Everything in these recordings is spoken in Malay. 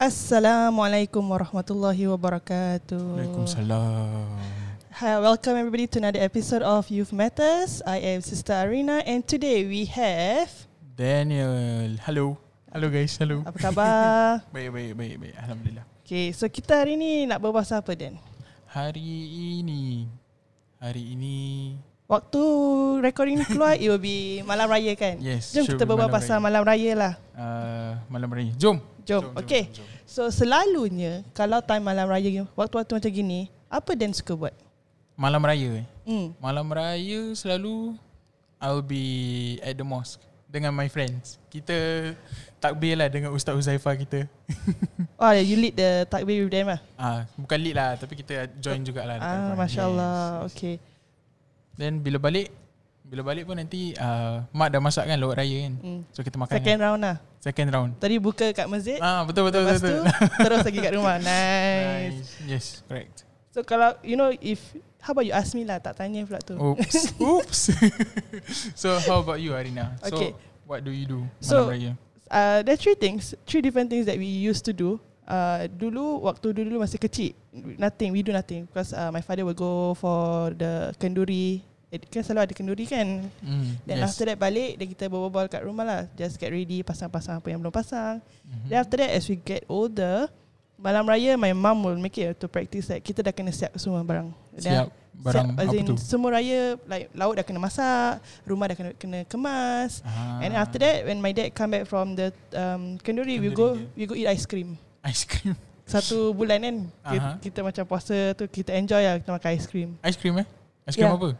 Assalamualaikum warahmatullahi wabarakatuh. Waalaikumsalam. Hi, welcome everybody to another episode of Youth Matters. I am Sister Arina and today we have Daniel. Hello. Hello guys. Hello. apa khabar? Baik baik baik baik. Alhamdulillah. okay, so kita hari ni nak berbual pasal apa Dan? Hari ini hari ini Waktu recording ni keluar it will be malam raya kan? Yes, Jom sure kita be berbual malam pasal raya. malam raya lah. uh, malam raya. Jom. Jom. okay. jom, jom. So selalunya kalau time malam raya waktu-waktu macam gini, apa Dan suka buat? Malam raya. Eh. Hmm. Malam raya selalu I'll be at the mosque dengan my friends. Kita takbir lah dengan Ustaz Uzaifa kita. Oh, you lead the takbir with them lah. Ah, bukan lead lah tapi kita join jugalah dekat Ah, depan. Masya Yes. Allah. Okay. Then bila balik bila balik pun nanti uh, mak dah masak kan lauk raya kan. Hmm. So kita makan. Second round lah. second round. Tadi buka kat masjid Ah betul betul Lepas tu betul. betul. Terus lagi kat rumah Nice Yes, correct. So kalau You know if How about you ask me lah Tak tanya pula tu Oops. Oops. so how about you Arina? So Okay. what do you do malam So- raya? uh, There are three things Three different things That we used to do uh, Dulu Waktu dulu masih kecil Nothing We do nothing Because uh, my father will go For the Kenduri Eh, Kan selalu ada kenduri kan Mm, Then yes. after that balik Then kita berbual kat rumah lah Just get ready Pasang-pasang apa yang belum pasang Mhm. Then after that as we get older Malam raya my mum will make it to practice that kita dah kena siap semua barang. Siap barang siap, as apa in, tu? Semua raya like lauk dah kena masak, rumah dah kena kena kemas. Ah, And then after that when my dad come back from the um, kenduri, we Kenduri go dia. we go eat ice cream. ice cream. Satu bulan kan kita, Aha. kita macam puasa tu kita enjoy lah kita makan ice cream. Ice cream eh? Ice Yeah. cream apa?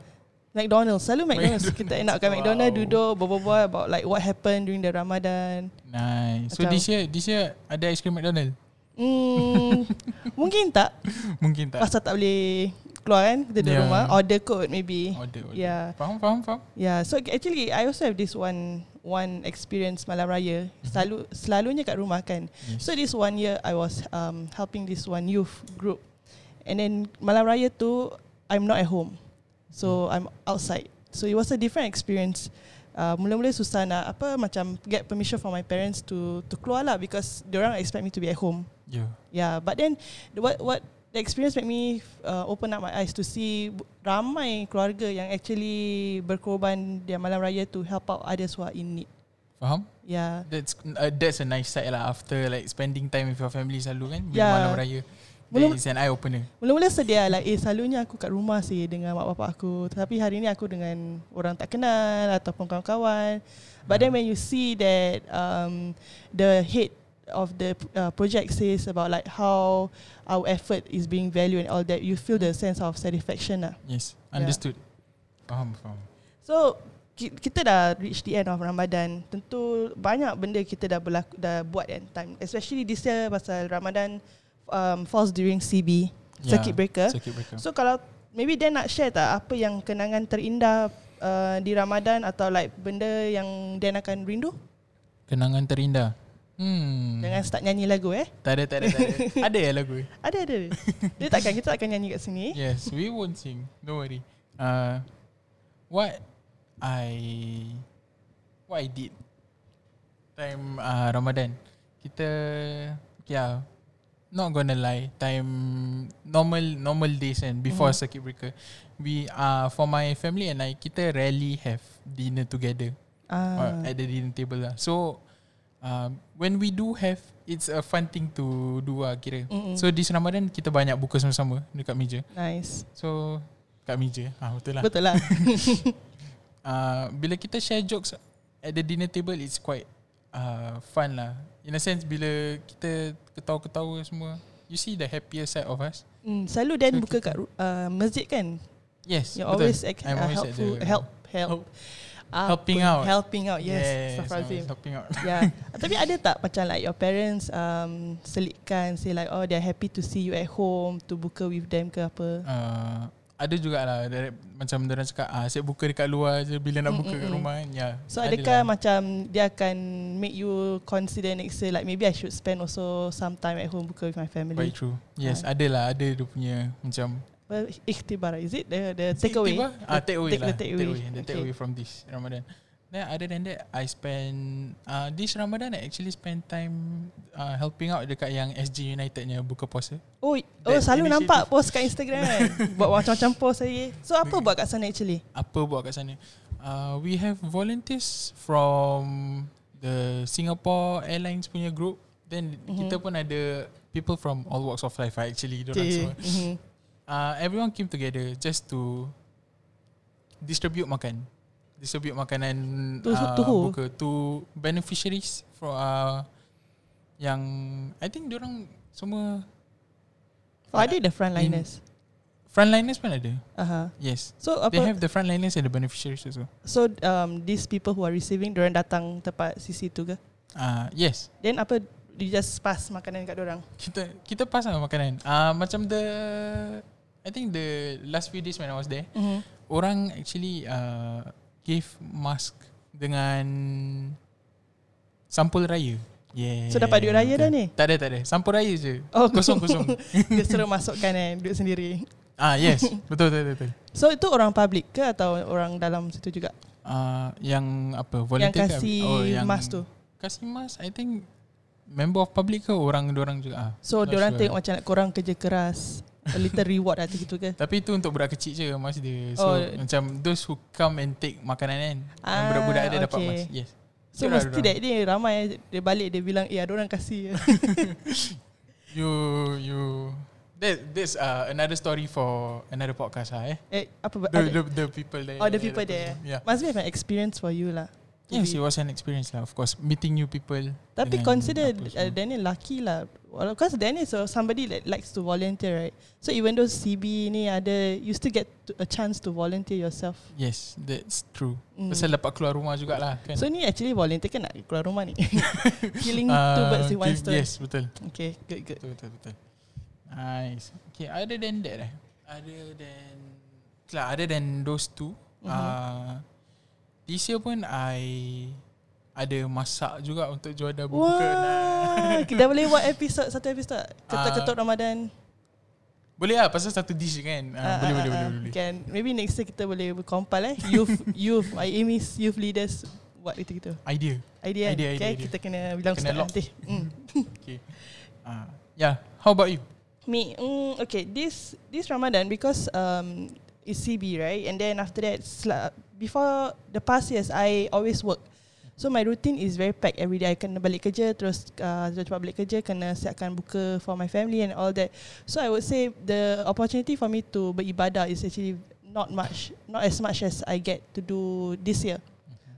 McDonald's selalu McDonald's, kita enak kat Wow. McDonald's duduk berbual about like what happened during the Ramadan. Nice. So Macam- this year this year ada ice cream McDonald? Hmm, mungkin tak Mungkin tak. Pasal tak boleh keluar kan Kita di Yeah. rumah Order kot maybe Order, order. Yeah. Faham faham faham. Yeah so actually I also have this one One experience malam raya Selalu Selalunya kat rumah kan Yes. So this one year I was um, helping this one youth group And then malam raya tu I'm not at home So I'm outside So it was a different experience Uh, mula-mula susah nak apa macam get permission from my parents to to keluar lah because they orang expect me to be at home. Yeah. Yeah, but then the- what what the experience made me uh, open up my eyes to see bu- ramai keluarga yang actually berkorban dia malam raya to help out others who are in need. Faham? Yeah. That's uh, that's a nice side lah after like spending time with your family selalu kan bila Yeah. malam raya. Belum- That is an eye opener. Mula-mula sedih lah like, eh selalunya aku kat rumah sih dengan mak bapak aku. Tapi hari ni aku dengan orang tak kenal ataupun kawan-kawan. But then when you see that um, the head of the uh, project says about like how our effort is being valued and all that, you feel the sense of satisfaction lah. Yes, Yeah. understood. Faham, faham. So ki- kita dah reach the end of Ramadan. Tentu banyak benda kita dah berlaku, dah buat kan time. Especially this year pasal Ramadan um, falls during CB circuit Yeah, breaker. Circuit breaker. So, So kalau maybe dia nak share tak apa yang kenangan terindah uh, di Ramadan atau like benda yang dia akan rindu Kenangan terindah. Hmm. dengan start nyanyi lagu eh. Tak ada, tak ada, tak ada. ada ya lagu. Ada ada. dia takkan kita takkan nyanyi kat sini. Yes, we won't sing. Don't worry. Uh, what I what I did time uh, Ramadan. Kita yeah, not gonna lie. Time normal normal days and before Mm-hmm. circuit breaker, we uh for my family and I kita rarely have dinner together. Ah. uh, at the dinner table lah. So um, when we do have it's a fun thing to do lah kira. Mm-mm. So this Ramadan kita banyak buka sama-sama dekat meja. Nice. So kat meja. Ah betul lah. Betul lah. Uh, bila kita share jokes at the dinner table it's quite uh, fun lah. In a sense bila kita ketawa-ketawa semua you see the happier side of us. Hmm, selalu Dan buka kat ru- uh, masjid kan? Yes. You're betul. always, ac- I'm uh, always at helpful. the- Help, help. Help. Apa- Helping out. Helping out, yes. Yes, yes always helping out. yeah. Tapi ada tak macam like your parents um, selitkan, say like, oh they're happy to see you at home, to buka with them ke apa? uh, ada juga lah dari, macam mereka cakap ah asyik buka dekat luar je bila nak Mm, buka mm, kat mm. rumah kan ya So adakah macam dia akan make you consider next year like maybe I should spend also some time at home buka with my family? quite true yes Ah. ada lah ada dia punya macam Well, ikhtibar is it the the takeaway? ah take away Take- lah the take takeaway. away the take Okay. away from this Ramadan Then other than that, I spend uh, this Ramadan I actually spend time uh, helping out dekat yang SG United punya buka puasa. Oh, oh That selalu initiative. nampak post kat Instagram kan. buat macam-macam post lagi. So apa buat kat sana actually? Apa buat kat sana? Uh, we have volunteers from the Singapore Airlines punya group. Then Mhm. mm-hmm. kita pun ada people from all walks of life ah, actually. Dorang semua. Mhm. uh, everyone came together just to distribute makan distribute makanan To- uh, to who? buka to beneficiaries for uh, yang I think diorang semua Oh, ada the frontliners. frontliners pun ada Aha. yes So Apa? they have apa the frontliners and the beneficiaries also so um these people who are receiving diorang datang tempat sisi tu ke? uh, yes Then apa you just pass makanan kat diorang? kita kita pass lah makanan uh, macam the I think the last few days when I was there Mhm. orang actually uh, give mask dengan sampul raya. Yeah. So, dapat duit raya betul. dah ni? Tak ada, tak ada. Sampul raya je. Oh, Kosong-kosong. Dia suruh masukkan eh duit sendiri. ah, yes. Betul, betul, betul. betul. So itu orang public ke atau orang dalam situ juga? Uh, yang apa Yang volunteer ke? kasih mas tu. Kasih mas I think member of public ke orang orang juga ah. So Not diorang sure. tengok macam korang kerja keras. A little reward atau gitu ke? Tapi tu untuk budak kecil je mas dia. So Oh. macam those who come and take makanan kan. yang Ah, budak-budak ada dapat okay. mas. Yes. So Itulah mesti diorang. that day ramai eh, dia balik dia bilang eh ada orang kasih. You you that this uh another story for another podcast lah eh. eh apa The ada, the, the people there. Oh the people there. Yeah. Must be an experience for you lah. To Yes, be- it was an experience lah. Of course, meeting new people. Tapi dengan consider apa uh, semua. Daniel lucky lah. Well, Because Daniel so somebody that likes to volunteer, right? So even though CB ni ada, you still get to, a chance to volunteer yourself. Yes, that's true. Mm. Pasal dapat keluar rumah jugalah kan. So ni actually volunteer kan nak keluar rumah ni. Killing Ah, two birds with one okay, stone. Yes, betul. Okay, good good. Betul betul betul. Nice. Okay, other than that eh. Other than lah, other than those two, mm-hmm. Mhm. uh, this year pun I ada masak juga untuk juara Mm-hmm. Wah, buka. kita boleh buat episod satu episod Ah, ketuk-ketuk Ramadan. Boleh lah pasal satu dish je kan. Uh, Ah, boleh, ah, boleh, ah, boleh ah. boleh Can maybe next year kita boleh compile eh youth youth I aim is youth leaders buat itu gitu. Idea. Idea, Idea, idea, idea, okay, idea. kita kena bilang Kena ustaz lock. nanti. Mm. Okay. Uh, yeah. How about you? Me, mm, okay, this this Ramadan because um it's CB right, and then after that, sla- before the past years, I always work. So my routine is very packed every day. I kena balik kerja, terus uh, terus cepat balik kerja, kena siapkan buka for my family and all that. So I would say the opportunity for me to beribadah is actually not much, not as much as I get to do this year.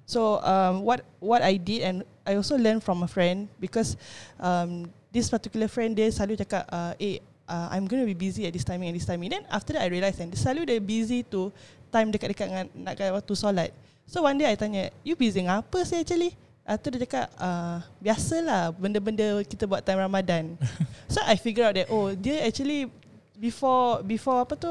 So um, what what I did and I also learned from a friend because um, this particular friend dia selalu cakap uh, eh uh, I'm going to be busy at this timing at this timing. Then after that I realised and dia selalu dia busy tu time dekat-dekat dengan nak kat waktu solat. So one day I tanya, you busy dengan apa sih actually? Atau dia cakap, uh, biasalah benda-benda kita buat time Ramadan. so I figure out that, oh dia actually before before apa tu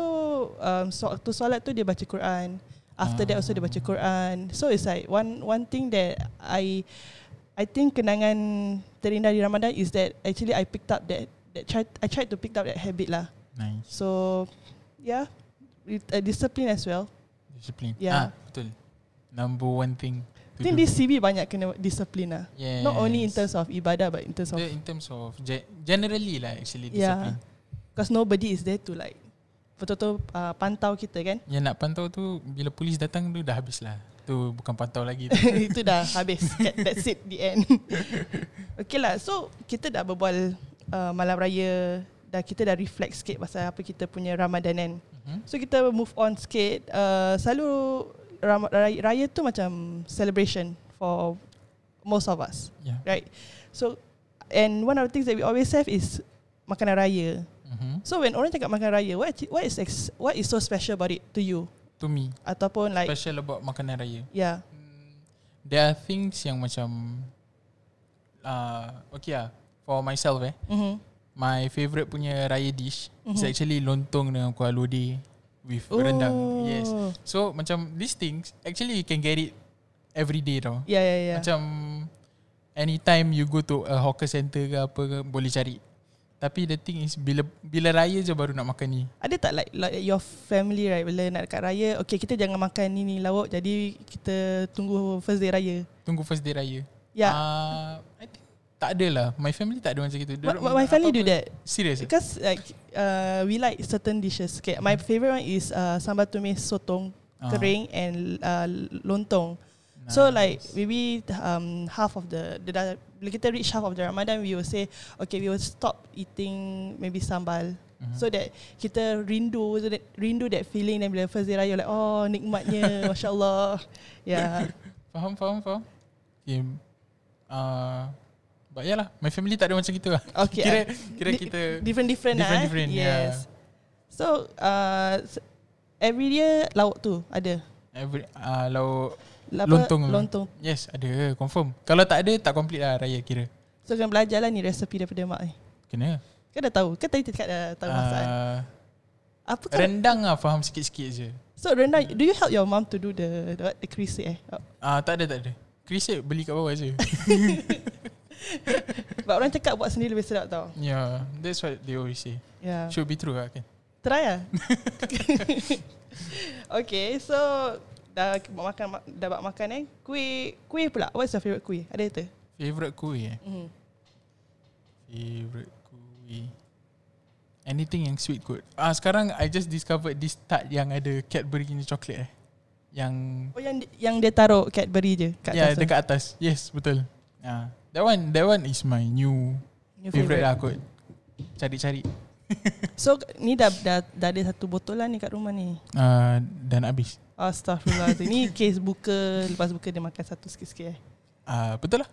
um, so, waktu solat tu dia baca Quran. After that also dia baca Quran. So it's like one one thing that I I think kenangan terindah di Ramadan is that actually I picked up that that tried I tried to pick up that habit lah. Nice. So yeah, with a discipline as well. Discipline. Yeah. Ah, betul. Number one thing. I Ya. think this CB banyak kena discipline lah. Yes. Not only in terms of ibadah but in terms of Ya. The- in terms of ge- generally lah yeah, actually discipline. Yeah. because nobody is there to like betul-betul uh, pantau kita kan. Yang nak pantau tu bila polis datang tu dah habis lah. Tu bukan pantau lagi tu. Itu dah habis That- That's it The end Okay lah So kita dah berbual uh, Malam raya dah Kita dah reflect sikit Pasal apa kita punya Ramadan kan Mhm. So kita move on sikit uh, Selalu ram, raya, raya tu macam Celebration For Most of us yeah. Right So And one of the things That we always have is Makanan raya Mhm. So when orang cakap makanan raya What, what is ex, what is so special about it To you To me Ataupun like ya, special about makanan raya. Yeah Hmm, There are things yang macam uh, okay lah for myself eh. mm-hmm. My favorite punya raya dish mm-hmm. is Mhm. actually lontong dengan kuah lodeh with oh. rendang. Yes. So macam these things actually you can get it every day tau. Yeah yeah yeah Macam anytime you go to a hawker center ke apa ke boleh cari. Tapi the thing is bila bila raya je baru nak makan ni. Ada tak like, like your family right Bila nak dekat raya Okay kita jangan makan ni ni lauk Jadi kita tunggu first day raya Tunggu first day raya. Ya yeah. Uh, I think tak ada lah. My family tak ada macam itu. uh, my, my family do that Serius. eh? Because like uh, we like certain dishes okay, My favourite one is uh, Sambal tumis sotong Ah. Kering and uh, lontong So like maybe um, half of the, the dah- bila kita reach half of the Ramadan, we will say, okay, we will stop eating maybe sambal. Mhm. So that kita rindu so that, rindu that feeling then bila first day raya like oh nikmatnya masya-Allah. Ya. Yeah. Faham, faham, faham. Okay. Uh, but yalah, my family tak ada macam gitu lah. Okay. ah. kira I- kira di- kita different different lah, eh. different, ya. yeah. Yes. So uh, s- every year lauk tu ada. every uh, lauk Apa? Lontong. lah. Lontong. yes ada confirm. Kalau tak ada tak complete lah raya kira. So kena belajar lah ni resepi daripada mak ni. Kena. Kau dah tahu. Kau tadi cakap dah tahu masakan. Uh, Apa kau rendang lah faham sikit-sikit je. So Rendang, do you help your mum to do the the, what, the krisit eh? Ah uh, tak ada tak ada. Krisip beli kat bawah je. Sebab orang cakap buat sendiri lebih sedap tau. yeah, Ya, that's what they always say. Yeah. Should be true lah kan. Try lah. okay, so dah buat makan ma- dah buat makan eh. Kuih, kuih pula. What's your favorite kuih? Ada tak? Favorite kuih eh. Mm. Favorite kuih. Anything yang sweet kot. Ah sekarang I just discovered this tart yang ada Cadbury punya coklat eh. Yang Oh yang di- yang dia taruh Cadbury je kat kat yeah, atas tu. Ya, dekat atas. Yes, betul. Ah, that one that one is my new Your favorite, lah kot. Cari-cari. So ni dah, dah dah ada satu botol lah ni kat rumah ni. Ah dan habis. Astaghfirullah. ni case buka, lepas buka dia makan satu sikit-sikit eh. Ah betul lah.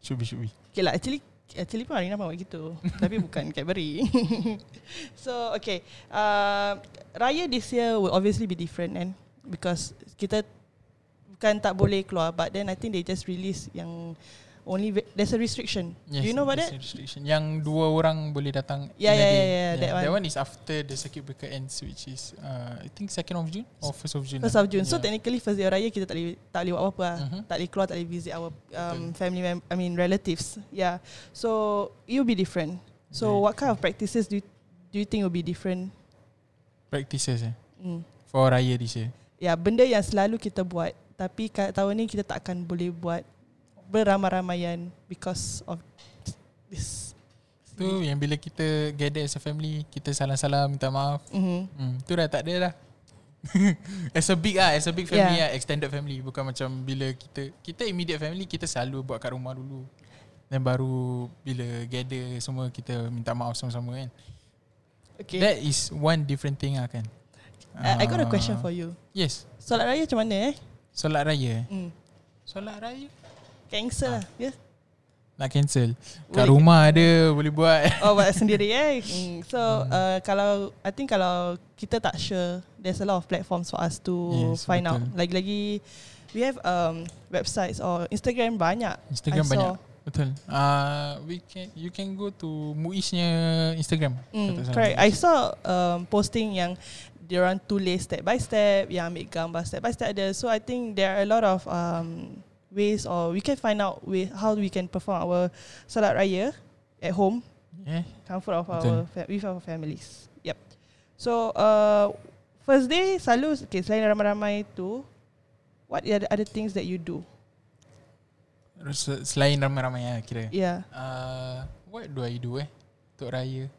Should be should be. Okay lah, actually actually pun Arina pun buat gitu. tapi bukan Cadbury. so, okay. Uh, Raya this year will obviously be different and because kita bukan tak boleh keluar but then I think they just release yang only ve- there's a restriction. Do you know about there's that? Ya, a restriction. Yang dua orang boleh datang Yeah, yeah, in a day. yeah, yeah, that That one. one is after the circuit breaker ends which is uh, I think 2nd of June or 1st of June. First lah. of June. So Yeah. technically first day of Raya kita tak boleh tak boleh buat apa-apa. lah. Mhm. Tak boleh keluar, tak boleh visit our um, Betul. family mem- I mean relatives. Yeah. So you'll be different. So Right. what kind of practices do you, do you think will be different? practices eh Mm. for raya this year. Ya, benda yang selalu kita buat tapi ka- tahun ni kita tak akan boleh buat beramai-ramaian because of this. Tu yang bila kita gather as a family, kita salam-salam minta maaf. Mhm. Hmm, tu dah tak ada lah. as a big ah, as a big family yeah. ah, extended family bukan macam bila kita kita immediate family kita selalu buat kat rumah dulu. Dan baru bila gather semua kita minta maaf sama-sama kan. Okay. Okay. That is one different thing lah kan. Uh, Ah, I got a question for you. Yes. Solat raya macam mana eh? Solat raya. eh? Mm. Solat raya Cancel lah. Yeah. nak cancel. Kat Boleh. rumah ada boleh buat. Oh, buat sendiri eh. Mm. So, uh, kalau I think kalau kita tak sure, there's a lot of platforms for us to Yes, find out. betul. Lagi-lagi we have um websites or Instagram banyak. Instagram I saw. banyak. Betul. Uh, we can you can go to Muisnya Instagram. Mm, Kata salah. correct. I saw um, posting yang diorang tulis step by step, yang ambil gambar step by step ada. So I think there are a lot of um, ways or we can find out way, how we can perform our salat raya at home, Eh, comfort of our Betul. fa- with our families. Yep. So uh, first day selalu okay, selain ramai-ramai tu, what are the other things that you do? se- selain ramai-ramai lah kira. Yeah. Uh, what do I do eh? Untuk raya.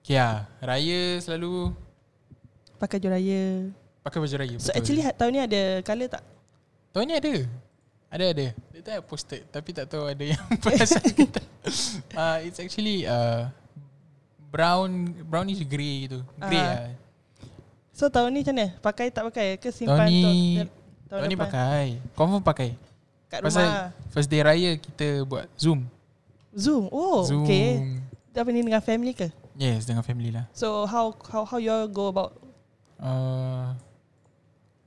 Okay lah. Raya selalu Pakai baju raya. pakai baju raya. So betul. actually ha- tahun ni ada colour tak? Tahun ni ada. Ada ada. That time I posted tapi tak tahu ada yang perasan kita. Uh, it's actually uh, brown brownish grey gitu. Grey Ah. lah. So tahun ni macam mana? Pakai tak pakai ke Tahun simpan ni tahun Tahun ni depan? pakai. Confirm pakai. kat rumah. Pasal first day raya kita buat Zoom. Zoom. Oh, Zoom. Zoom. okay. Apa ni dengan family ke? Yes, dengan family lah. So how how how you all go about? Uh,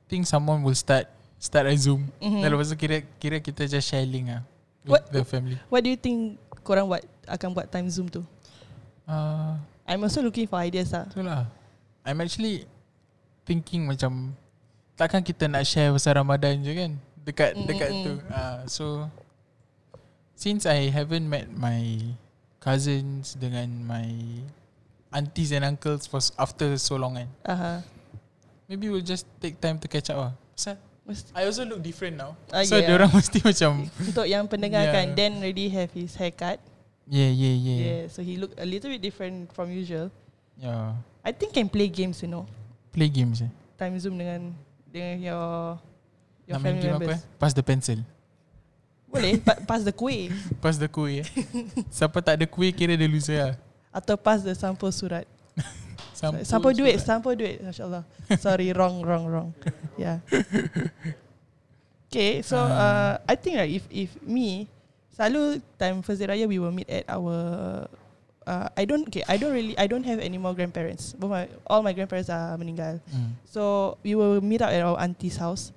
think someone will start start a Zoom. Mhm. Mm-hmm. Dan lepas tu kira kira kita just share link lah with What- What? the family. What do you think korang buat akan buat time Zoom tu? Ah, uh, I'm also looking for ideas lah. itulah. I'm actually thinking macam takkan Mm, kita nak share pasal Ramadan je kan dekat mm-hmm. dekat tu. Ah, uh, so since I haven't met my cousins dengan my aunties and uncles for s- after so long kan. Aha. Maybe we'll just take time to catch up lah. Pasal Mesti- I also look different now. Ah, so yeah. yeah. orang mesti macam Untuk yang pendengar Yeah. kan Dan already have his haircut yeah yeah yeah. Yeah. yeah. so he look a little bit different from usual yeah. I think can play games you know Play games eh. Time Zoom dengan Dengan your Your Nak main family game apa eh? members Pass the pencil. Boleh pa- Pass the kuih Pass the kuih eh. Siapa tak ada kuih kira dia loser lah. Atau pass the sampul surat Sampul, Sampul duit surat. Sampul duit MasyaAllah Sorry wrong wrong wrong Yeah Okay so uh, I think right If if me Selalu time first day raya We will meet at our uh, I don't okay I don't really I don't have any more grandparents Both my, All my grandparents are meninggal Hmm. So we will meet up at our auntie's house.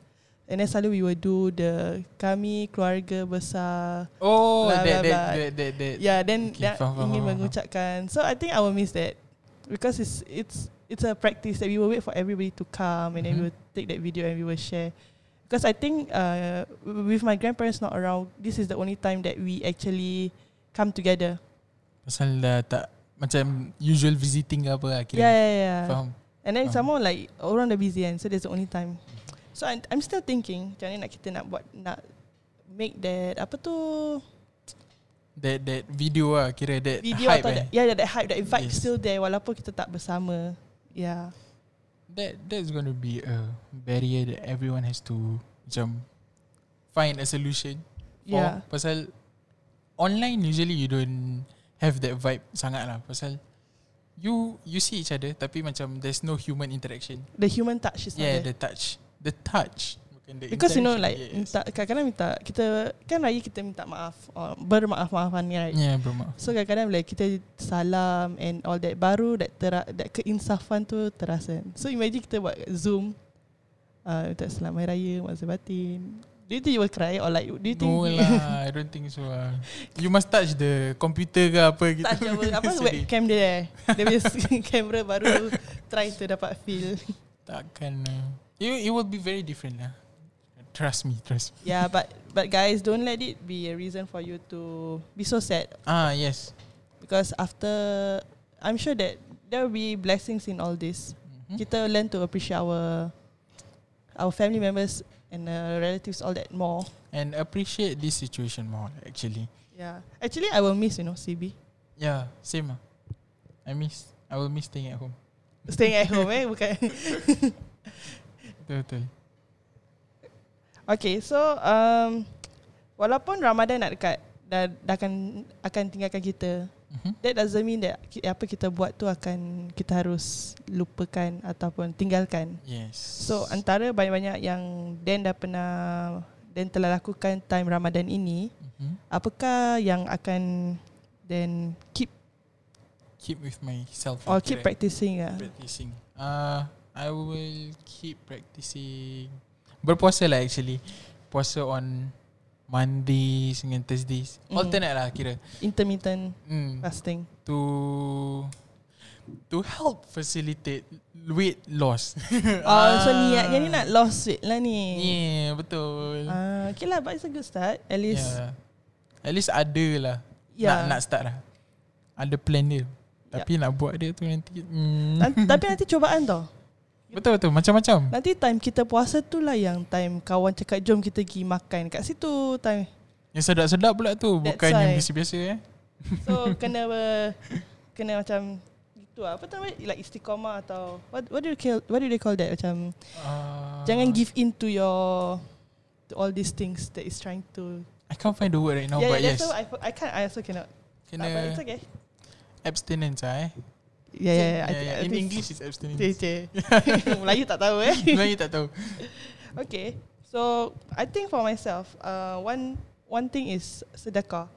And then selalu we will do the kami keluarga besar. Oh, Blah, blah, that, that, blah. that, that, that. Yeah, Ya, then Okay, okay, faham, faham, ingin faham, faham. mengucapkan. So I think I will miss that because it's it's it's a practice that we will wait for everybody to come and then we Mhm. will take that video and we will share. Because I think uh, w- with my grandparents not around, this is the only time that we actually come together. Pasal dah tak macam usual visiting ke apa lah kira. Yeah, yeah, yeah. Faham. And then some Faham. more like orang dah busy kan So that's the only time So I, I'm still thinking Macam mana nak kita nak buat Nak make that Apa tu That that video lah kira that Video hype atau eh. that, ya. Yeah that hype That vibe Yes. yes. still there Walaupun kita tak bersama Yeah That that's going to be a barrier that everyone has to macam find a solution. for. Yeah Pasal online usually you don't have that vibe sangat lah. Pasal you you see each other tapi macam there's no human interaction. The human touch is Yeah, not there the touch. The touch. Bukan the Because you know like interaction. minta, Kadang-kadang minta Kita Kan raya kita minta maaf uh, Bermaaf-maafan kan right? Yeah, bermaaf. So kadang-kadang bila kita salam and all that baru that tera, that keinsafan tu terasa. So imagine kita buat Zoom uh, tak selamat hari raya, mak batin. Do you think you will cry or like do you think No lah I don't think so lah You must touch the Computer ke apa gitu touch apa, apa Sedih. webcam dia eh. Dia punya kamera baru try to dapat feel. Takkan lah it, it will be very different lah Trust me Trust me Yeah, but but guys, don't let it be a reason for you to be so sad Ah yes because after I'm sure that there will be blessings in all this. Mhm. kita learn to appreciate our our family members and uh, relatives all that more. And appreciate this situation more Actually Yeah. Actually, I will miss you know CB Yeah Same lah I miss I will miss staying at home staying at home. eh, bukan. Betul betul okay, so um, walaupun Ramadan nak dekat dah, dah akan akan tinggalkan kita. Mhm. That doesn't mean that ki- apa kita buat tu akan kita harus lupakan ataupun tinggalkan. Yes So antara banyak-banyak yang Dan dah pernah Dan telah lakukan time Ramadan ini, Mhm. apakah yang akan Dan keep Keep with myself Or lah, keep kira. practicing lah. Practicing uh, I will keep practicing Berpuasa lah actually Puasa on Mondays dengan Thursdays Mm. Alternate lah kira Intermittent mm. fasting. To To help facilitate Weight loss Ah. Oh, so niatnya ni nak lost weight lah ni. Yeah Ya, betul uh, Ah, okay lah, but it's a good start. At least, Ya. yeah. At least ada lah yeah. nak, nak start lah Ada plan dia Tapi nak buat dia tu nanti mm. Nan- tapi Ya. nanti cubaan tau. Betul betul macam-macam Nanti time kita puasa tu lah yang time kawan cakap jom kita pergi makan kat situ. Time. Yang sedap-sedap pula tu That's Bukan yang why. biasa-biasa eh So, kena ber, kena macam itu lah. Apa nama like istiqamah atau what what do you call what do they call that macam uh, jangan give in to your to all these things that is trying to I can't find the word right now yeah, But yeah, yes that's why I, I can't I also cannot Tak apa, it's Kena okay abstinence lah eh Yeah, yeah, yeah. I yeah, think- yeah. I In think- English it's abstinence Cik, cik. Melayu tak tahu eh. Melayu tak tahu Okay. So I think for myself, uh, one one thing is sedekah.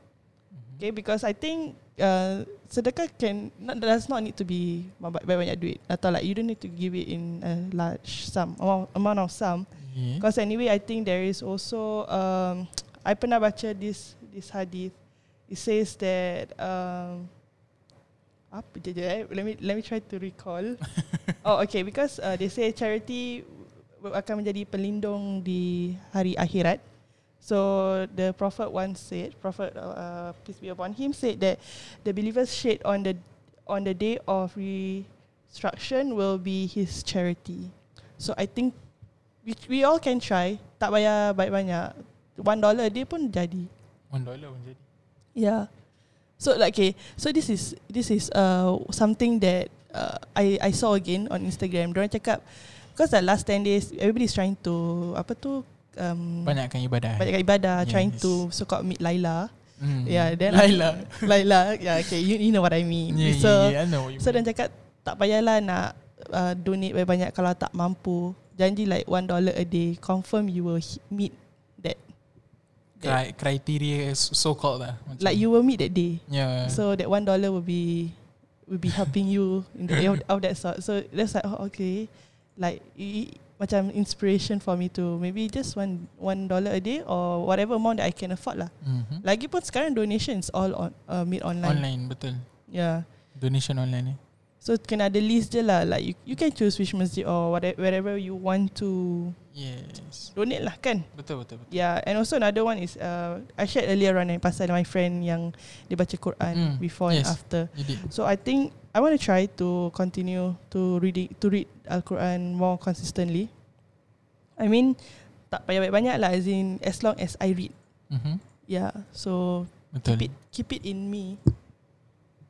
Okay, because I think uh, sedekah can not, does not need to be banyak banyak duit atau like you don't need to give it in a large sum amount, amount of sum. yeah. Because anyway, I think there is also um, I pernah baca this this hadith. It says that um, apa dia dia, eh? Let me let me try to recall. oh, okay. Because uh, they say charity w- akan menjadi pelindung di hari akhirat So the Prophet once said, Prophet uh, peace be upon him, said that the believer's shade on the on the day of resurrection will be his charity. So I think we, we all can try. Tak bayar banyak-banyak. One dollar a day pun jadi. One dollar pun jadi. Yeah. Ya. So like okay, so this is this is uh something that uh, I I saw again on Instagram. Mereka cakap because the last 10 days everybody's trying to apa tu um Banyakkan ibadah. eh? banyakkan ibadah, Yes. trying to so called meet Laila. Mm. Yeah, then Laila. Laila, yeah, okay, you, you know what I mean. Yeah, so yeah, yeah, I know what you so mean. dan cakap tak payahlah nak uh, donate banyak-banyak kalau tak mampu. Janji like one dollar a day, confirm you will hi- meet that. that Cri- criteria so called lah. Macam. like you will meet that day. Yeah. So that one dollar will be will be helping you in the of, of that sort. So that's like oh, okay, like i- i- macam inspiration for me to maybe just one one dollar a day or whatever amount that I can afford lah. mm-hmm. Lagipun sekarang donation is all on uh, made online. online betul. Yeah. Donation online eh? ni. So kena ada list je lah Like you, you can choose which masjid Or whatever, wherever you want to Yes. Donate lah kan Betul betul betul. Yeah and also another one is uh, I shared earlier on eh, Pasal my friend yang Dia baca Quran Mm, Before and yes. after You did. So I think I want to try to continue to reading to read Al Quran more consistently. I mean, tak payah banyak-banyak lah. As in, as long as I read, Mm-hmm. yeah. So Betul. keep it keep it in me.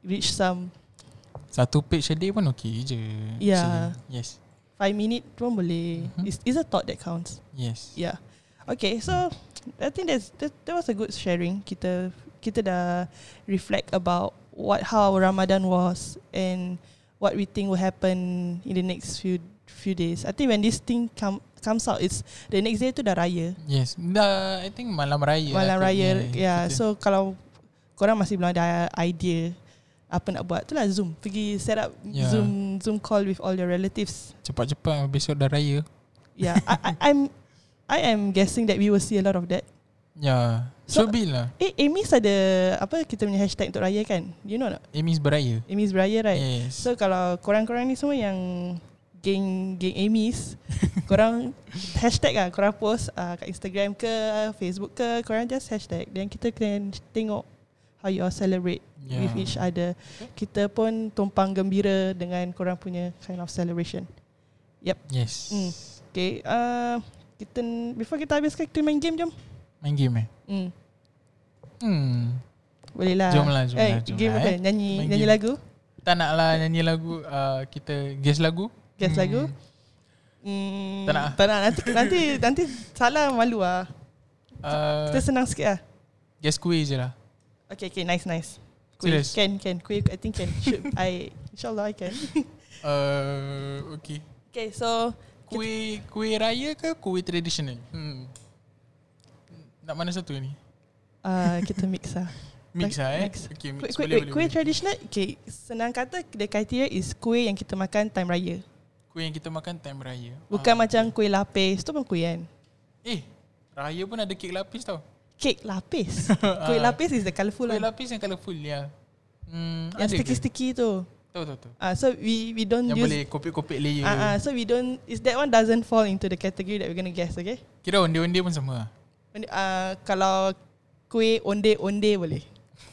Reach some Satu page a day pun okay je. Yeah. Actually. Yes. five minute pun boleh. Mhm. It's, it's a thought that counts. Yes. Yeah. Okay, so I think that's that, that was a good sharing. Kita kita dah reflect about what how Ramadan was and what we think will happen in the next few few days. I think when this thing come comes out, it's the next day tu dah raya, Yes. Dah I think malam raya. malam lah raya. kot. Yeah, Betul. so kalau korang masih belum ada idea apa nak buat, itulah Zoom. Pergi set up Yeah. Zoom Zoom call with all your relatives. cepat-cepat besok dah raya. Yeah, I, I, I'm I am guessing that we will see a lot of that. Ya. Yeah. So- Should be lah. Eh, Amy's ada apa kita punya hashtag untuk raya kan? You know tak? Amy's beraya. Amy's beraya right? Yeah. Yes. So kalau korang-korang ni semua yang geng geng Amy's, korang hashtag lah, korang post uh, kat Instagram ke, Facebook ke, korang just hashtag. Then kita can tengok how you all celebrate Ya. yeah. with each other. Kita pun tumpang gembira dengan korang punya kind of celebration. Yes. Mm. Okay, uh, kita before kita habiskan kita main game jom. Main game eh. Hmm, Hmm. boleh lah. Jom lah, jom eh, lah, jom game lah, apa? eh. Nyanyi, Main nyanyi game. lagu. Tak nak lah nyanyi lagu uh, Kita guess lagu Guess lagu? Hmm, Tak nak ah? Tak nak. Nanti, nanti, nanti salah malu ah. uh, Kita senang sikit ah. Guess quiz je lah Okay, okay. Nice, nice. Serious? Can, can. Kuih, I think can. Should I? InsyaAllah I can. uh, Okay Okay, so Kuih Kuih raya ke kuih tradisional hmm. Nak mana satu ni uh, kita mix lah. Mix lah eh Mix. Okay Kuih, mix kuih, boleh kuih, boleh kuih boleh. traditional, okay. Senang kata, the criteria is kuih yang kita makan time raya. Kuih yang kita makan time raya Bukan Ah. macam kuih lapis. Tu pun kuih kan? Eh Raya pun ada kek lapis tau Kek lapis. kuih Ah. lapis is the colourful Kuih one. lapis yang colourful ya hmm, Yang ada ke? sticky-sticky tu. Tahu tahu tahu Ah, so we we don't Yang use boleh kopik-kopik layer Ah, ah, so we don't is that one doesn't fall into the category that we're gonna guess, okay? Kira onde-onde pun sama lah When, uh, kalau kuih onde onde boleh.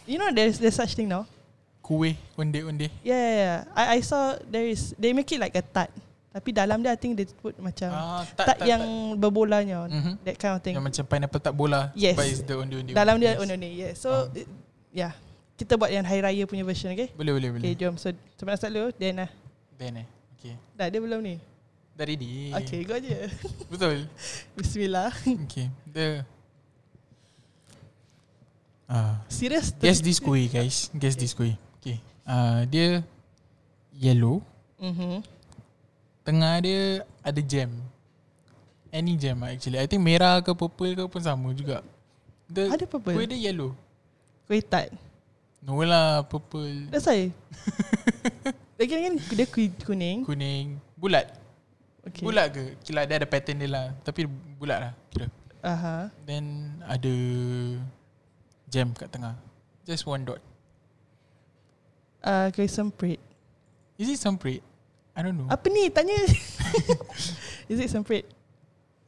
You know there's there's such thing now. Kuih onde-onde Yeah, yeah, yeah. I I saw there is they make it like a tart. Tapi dalam dia I think they put macam ah, tart, Ya. yang berbolanya, Mhm. that kind of thing. Yang macam pineapple tak bola Yes. But it's the onde-onde dalam one. dia Yes. Ah. onde onde. Yeah. So Faham. it, yeah. Kita buat yang hari raya punya version, okay? Boleh boleh boleh Okay, jom. So sebenarnya start dulu then lah. Ben eh Okay Dah dia belum ni? Dah ready Okay, go je. Betul Bismillah. Okay The Ah, Serious? Guess this kuih guys Guess this kuih Okay Ah, Dia Yellow Mhm. Tengah dia Ada jam Any jam lah actually I think merah ke purple ke pun sama juga The Ada purple? Kuih dia yellow Kuih tart. No lah purple That's why. Lagi kan dia kuih kuning. Kuning Bulat okay. Okay. Bulat ke Kira dia ada pattern dia lah Tapi bulat lah Kira Aha. Then ada jam kat tengah. Just one dot. Uh, kuih semprit. Is it semprit? I don't know. Up. Apa ni? Tanya. Is it semprit?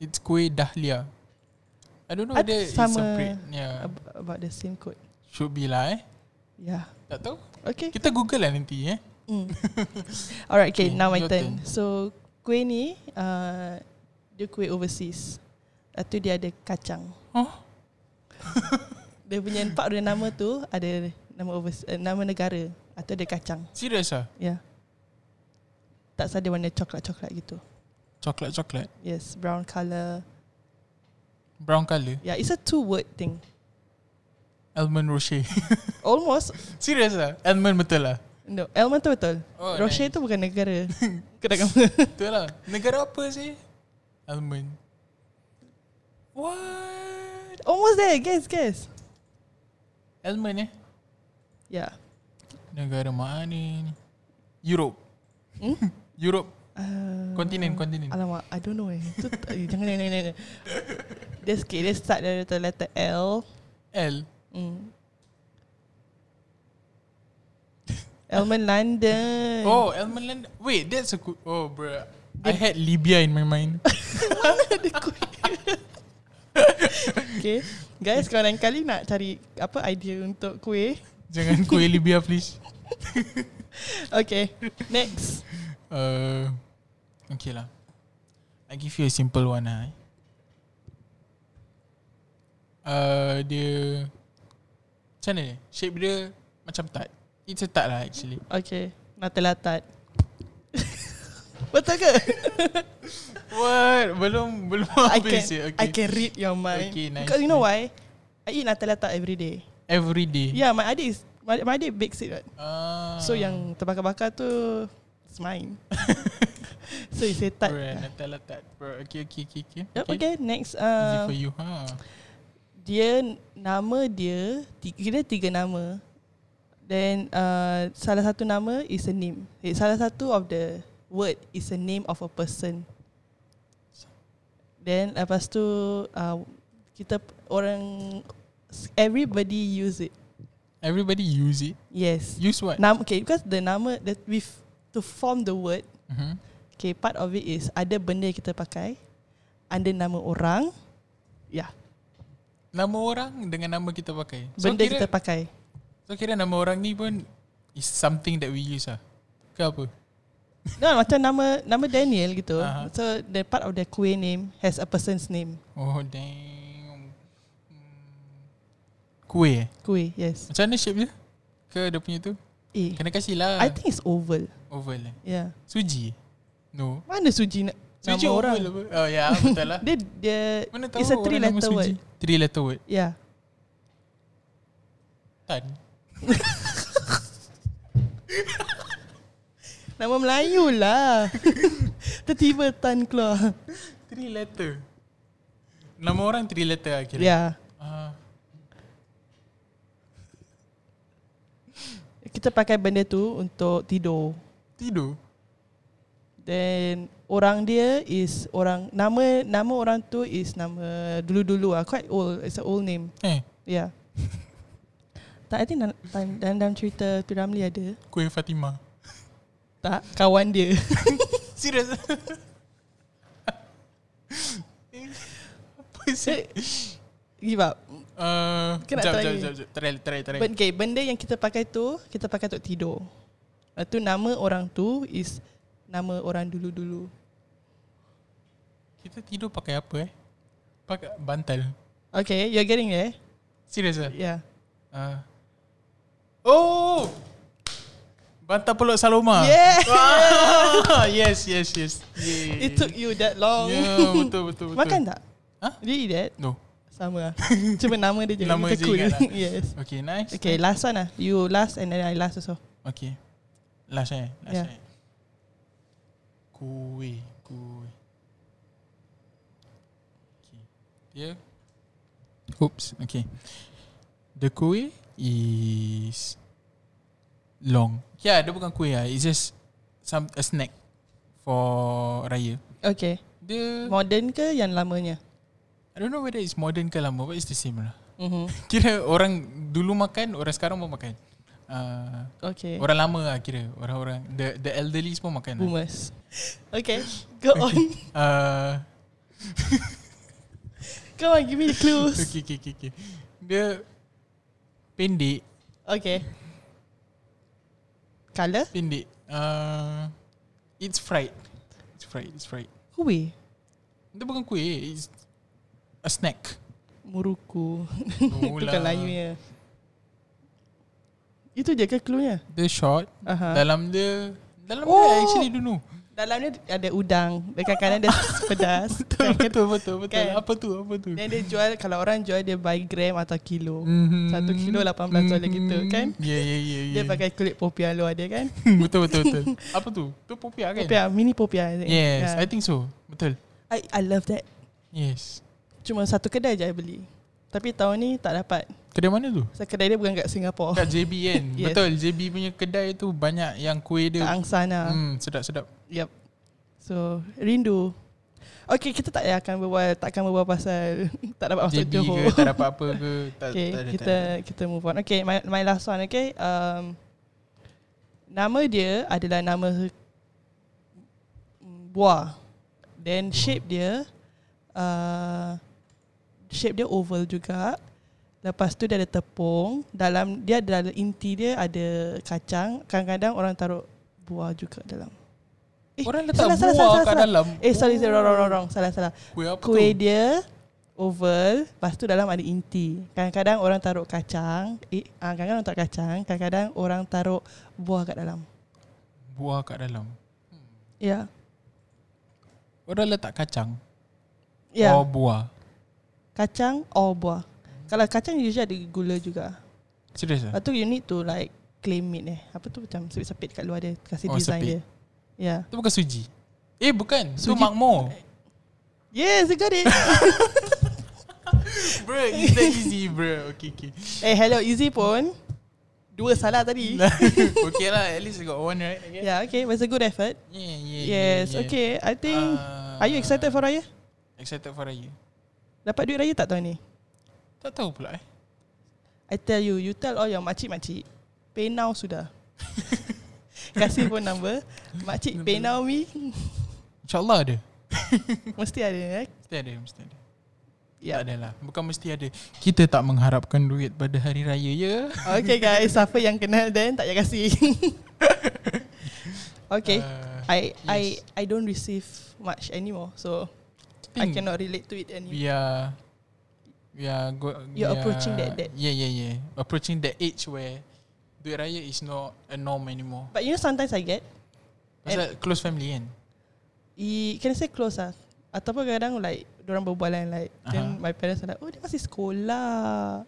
It's kuih dahlia. I don't know I whether think it's sama separate. Yeah. ab- about the same code. Should be lah eh. Yeah. Tak tahu. Okay. Kita Google lah nanti eh. Mm. Alright, okay, Okay, now my Mm, your turn. turn. So, kuih ni, uh, dia kuih overseas. Lepas tu dia ada kacang. Oh. Dia punya empat dia nama tu ada nama overseas, eh, nama negara atau ada kacang. Serius ah? Ya. Yeah. Tak saja warna coklat-coklat gitu. Coklat-coklat. Yes, brown colour. Brown colour. Yeah, it's a two word thing. Almond Rocher. Almost Serius lah? Almond betul lah? no, Elman tu betul. Oh, Rocher nice. tu bukan negara. Kedagama. Betul lah. Negara apa sih? Almond. What? Almost there. Guess, guess. Almond eh? Yeah. Negara mana ni? Europe. Hmm? Europe. Uh, Kontinen, kontinen. Alamak, I don't know eh. Tu tak- eh, jangan jangan jangan. jangan. Dia sikit dia start dari letter, letter L. L. Mm. Elman London. Oh, Almond Land. Wait, that's a good. Oh, bro. I had Libya in my mind. Ada kuih. okay. Guys, kalau lain kali nak cari apa idea untuk kuih. Jangan kuih Libya, please. Okay. Next. Uh, okay lah. I give you a simple one lah. eh. Uh, dia macam mana? Shape dia macam tart. It's a tart lah actually. Okay. Nata latat. Betul ke? What? Belum belum I habis can, je. I Okay. can read your mind. Okay, nice, Because you know why? I eat nata latat every day. Every day. Yeah, my adik is my, my adik bakes it. Right? Ah. So yang terbakar-bakar tu it's mine. so it's a tart. type. Bro, Nutella tart. Bro, okay okay okay okay. lah. Yep, okay. next. Easy Uh, for you, ha. huh? dia nama dia ti- kira tiga nama. Then uh, salah satu nama is a name. Eh, salah satu of the word is a name of a person. Then lepas tu uh, kita p- orang everybody use it. Everybody use it. Yes. Use what? Nama okay because the nama that we f- to form the word Mhm. Okay, part of it is ada benda yang kita pakai under nama orang. Ya, yeah, Nama orang dengan nama kita pakai. So benda kira kita pakai. So kira nama orang ni pun is something that we use lah. Ke apa? No, macam nama nama Daniel gitu. Aha. So the part of the queer name has a person's name. Oh damn. Hmm. Kuih eh? Kuih, yes. Macam mana shape dia? Ke dia punya tu? Eh, Kena kasih lah. I think it's oval. Oval eh. Yeah. Suji? No. Mana suji na- nama Suji orang? oval apa? Oh ya yeah, betul lah. Dia dia Mana tahu it's a orang three nama letter Suji? word. Three letter word. Yeah. Tan. Nama Melayu lah. Tiba-tiba tan keluar. Three letter. Nama orang three letter lah kira. Yeah. Ah, Kita pakai benda tu untuk tidur. tidur? Then orang dia is orang nama nama orang tu is nama dulu-dulu ah quite old it's an old name. Eh, Yeah. tak I think dalam, dalam- dalam, dalam cerita tu Ramli ada. kuih Fatimah. Tak kawan dia. Serius? apa sih? Eh, Give up. Uh, Kena jap, try jap, ni. jap, jap. Try, try, try. But, okay, benda yang kita pakai tu kita pakai untuk tidur. Lepas tu nama orang tu is nama orang dulu-dulu. Kita tidur pakai apa eh? Pakai bantal. Okay, you're getting there. Serius lah? Yeah. Uh. Oh! Bantal peluk Saloma. Yeah. Ah, yes, yes, yes. Yeah. It took you that long. Yeah, betul, betul, betul. Makan tak? Huh? Did you eat that? No. Sama lah Cuma nama dia je Nama Kita je cool ingat lah. Yes Okay, nice. Okay last one lah You last and then I last also Okay. Last eh. Yeah. Last yeah. eh. Kuih, kuih. Okay. Dia. Oops. Okay. The kuih is long. Yeah, dia bukan kuih lah. It's just some a snack for raya. Okay Dia, Modern ke yang lamanya I don't know whether it's modern ke lama, but it's the same lah. mm-hmm. Kira orang dulu makan, orang sekarang pun makan. Uh, Okay Orang lama lah kira Orang-orang The the elderly semua makan lah. Boomers Okay Go on Uh, Come on, give me the clues. Okay, okay, okay, okay. Dia pendek, Okay. Colour? pendek. Uh, it's fried. It's fried, it's fried. Kuih. Dia bukan kuih, it's a snack. Muruku. No Itu lah. kan Melayunya. Itu je ke cluenya? Dia short. Aha. Dalam dia, dalam oh. dia I Ah. Oh. actually don't know. Dalamnya ada udang. Dekat kanan ada pedas. Betul, betul, betul, betul. Kan? Apa tu, apa tu? Dan dia jual, kalau orang jual dia by gram atau kilo. Mhm. Satu kilo 18 dolar gitu, kan? Ya, ya, ya. ya. Dia pakai kulit popiah luar dia kan? betul, betul, betul. Apa tu? Tu popiah kan? Popiah, Ya. mini popiah. I think. Yes, Yeah. I think so. Betul. I, I love that. Yes. Cuma satu kedai je I beli. Tapi tahun ni tak dapat. Kedai mana tu? Sebab kedai dia bukan kat Singapura. Kat JB kan? Oh. Yes. Betul, JB punya kedai tu banyak yang kuih Kat dia. Angsan lah. Hmm, sedap-sedap. Yep. So, rindu. Okay, kita tak payah akan berbual, tak akan berbual pasal tak dapat masuk JB Johor. ke tak dapat apa ke tak, Oh, okay, tak ada, kita tak ada. kita move on. Okay, my, my last one, okay. Um, nama dia adalah nama mm, buah. Then shape dia, uh, shape dia oval juga. Lepas tu dia ada tepung. Dalam dia dalam inti dia ada kacang. Kadang-kadang orang taruh buah juga dalam. Eh, Orang letak buah kat dalam. Eh, sorry, sorry, wrong, wrong, Oh. wrong. Salah, salah Kuih apa kuih tu? dia oval, lepas tu dalam ada inti. Kadang-kadang orang taruh kacang, eh, ah, kadang-kadang orang taruh kacang, kadang-kadang orang taruh buah kat dalam. Buah kat dalam. Ya. Orang letak kacang. Yeah. Ya, yeah. Or buah. kacang or buah. Kalau kacang usually ada gula juga. Serius lah? Lepas tu you need to like claim it eh. Apa tu macam sepit-sepit kat luar dia, kasih oh, Oh, design sepit. dia. Ya. Tu bukan suji. Eh bukan, suji. tu Suji- makmur. Yeah. Yes, you got it. bro, it's that easy bro. Okay, okay. eh, hello easy pun. Dua salah tadi. Lah. okay lah, at least I got one right. Okay? yeah, okay. Was a good effort. Yeah, yeah, Yes, yeah, yeah. okay. I think Ah, Are you excited for Raya? Excited for Raya. Dapat duit Raya tak tahun ni? Tak tahu pula eh. I tell you, you tell all your makcik-makcik, pay now sudah. Kasih phone number. Makcik pay now me. InsyaAllah ada. Mesti ada. Eh? Ya. Mesti ada, mesti ada. Yeah. Tak ada lah. Bukan mesti ada. Kita tak mengharapkan duit pada hari raya ya. Okay guys, siapa yang kenal then tak payah kasih. okay. Uh, I I yes. I don't receive much anymore. So I think cannot relate to it anymore. We are we are go, we You're approaching that- that- Yeah, yeah, yeah. Approaching the age where duit raya is not a norm anymore. But you know sometimes I get Pasal close family kan. I, Can I say close lah Ataupun kadang-kadang like Diorang berbual kan like uh-huh. Then Aha. my parents are like Oh dia masih sekolah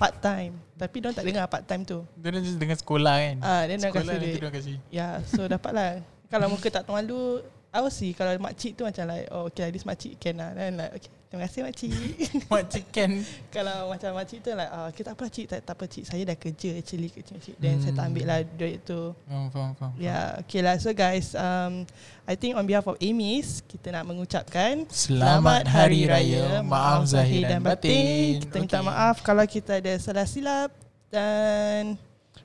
Part time Tapi diorang tak dengar part time tu Dia orang just dengan sekolah kan. Ah, then diorang sekolah kasi nanti duit dia orang kasi. Ya, so dapat lah. Kalau muka tak malu, I will see. Kalau makcik tu macam like, oh okay lah, this makcik can lah. Then like, okay, terima kasih makcik. Mak kan? chicken. Kalau macam makcik tu like, ah, okay tak apa lah cik, tak, tak apa cik. Saya dah kerja actually kat cik. Then saya tak ambil lah duit tu. Faham, faham, Hmm. faham. Ya, yeah, okay lah. So guys, um, I think on behalf of Amy's, kita nak mengucapkan Selamat Hari Raya. Maaf Zahir dan Batin. Kita minta Okay. maaf kalau kita ada salah silap dan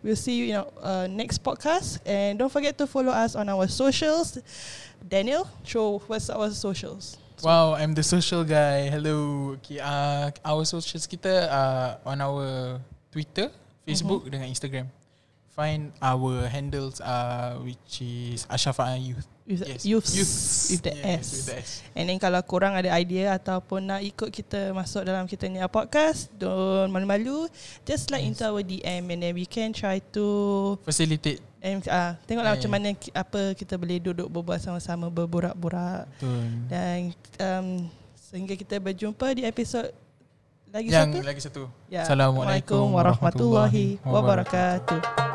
we'll see you in our uh, next podcast and don't forget to follow us on our socials. Daniel, show what's our socials. Wow, I'm the social guy. Hello. Okay, uh, our socials kita uh, on our Twitter, Facebook Mm-hmm. dengan Instagram. Find our handles uh, which is Ashafa Youth. With Yes. youths, Youths. with the Yes, S. With the S. And then kalau korang ada idea ataupun nak ikut kita masuk dalam kita ni podcast, don't malu-malu. Just slide into our DM and then we can try to Facilitate. and uh, tengoklah Yeah, macam yeah. mana ki- apa kita boleh duduk berbual sama-sama berborak-borak Betul. dan um, sehingga kita berjumpa di episod lagi Yang satu. lagi satu. Ya. Assalamualaikum warahmatullahi warahmatullahi wabarakatuh.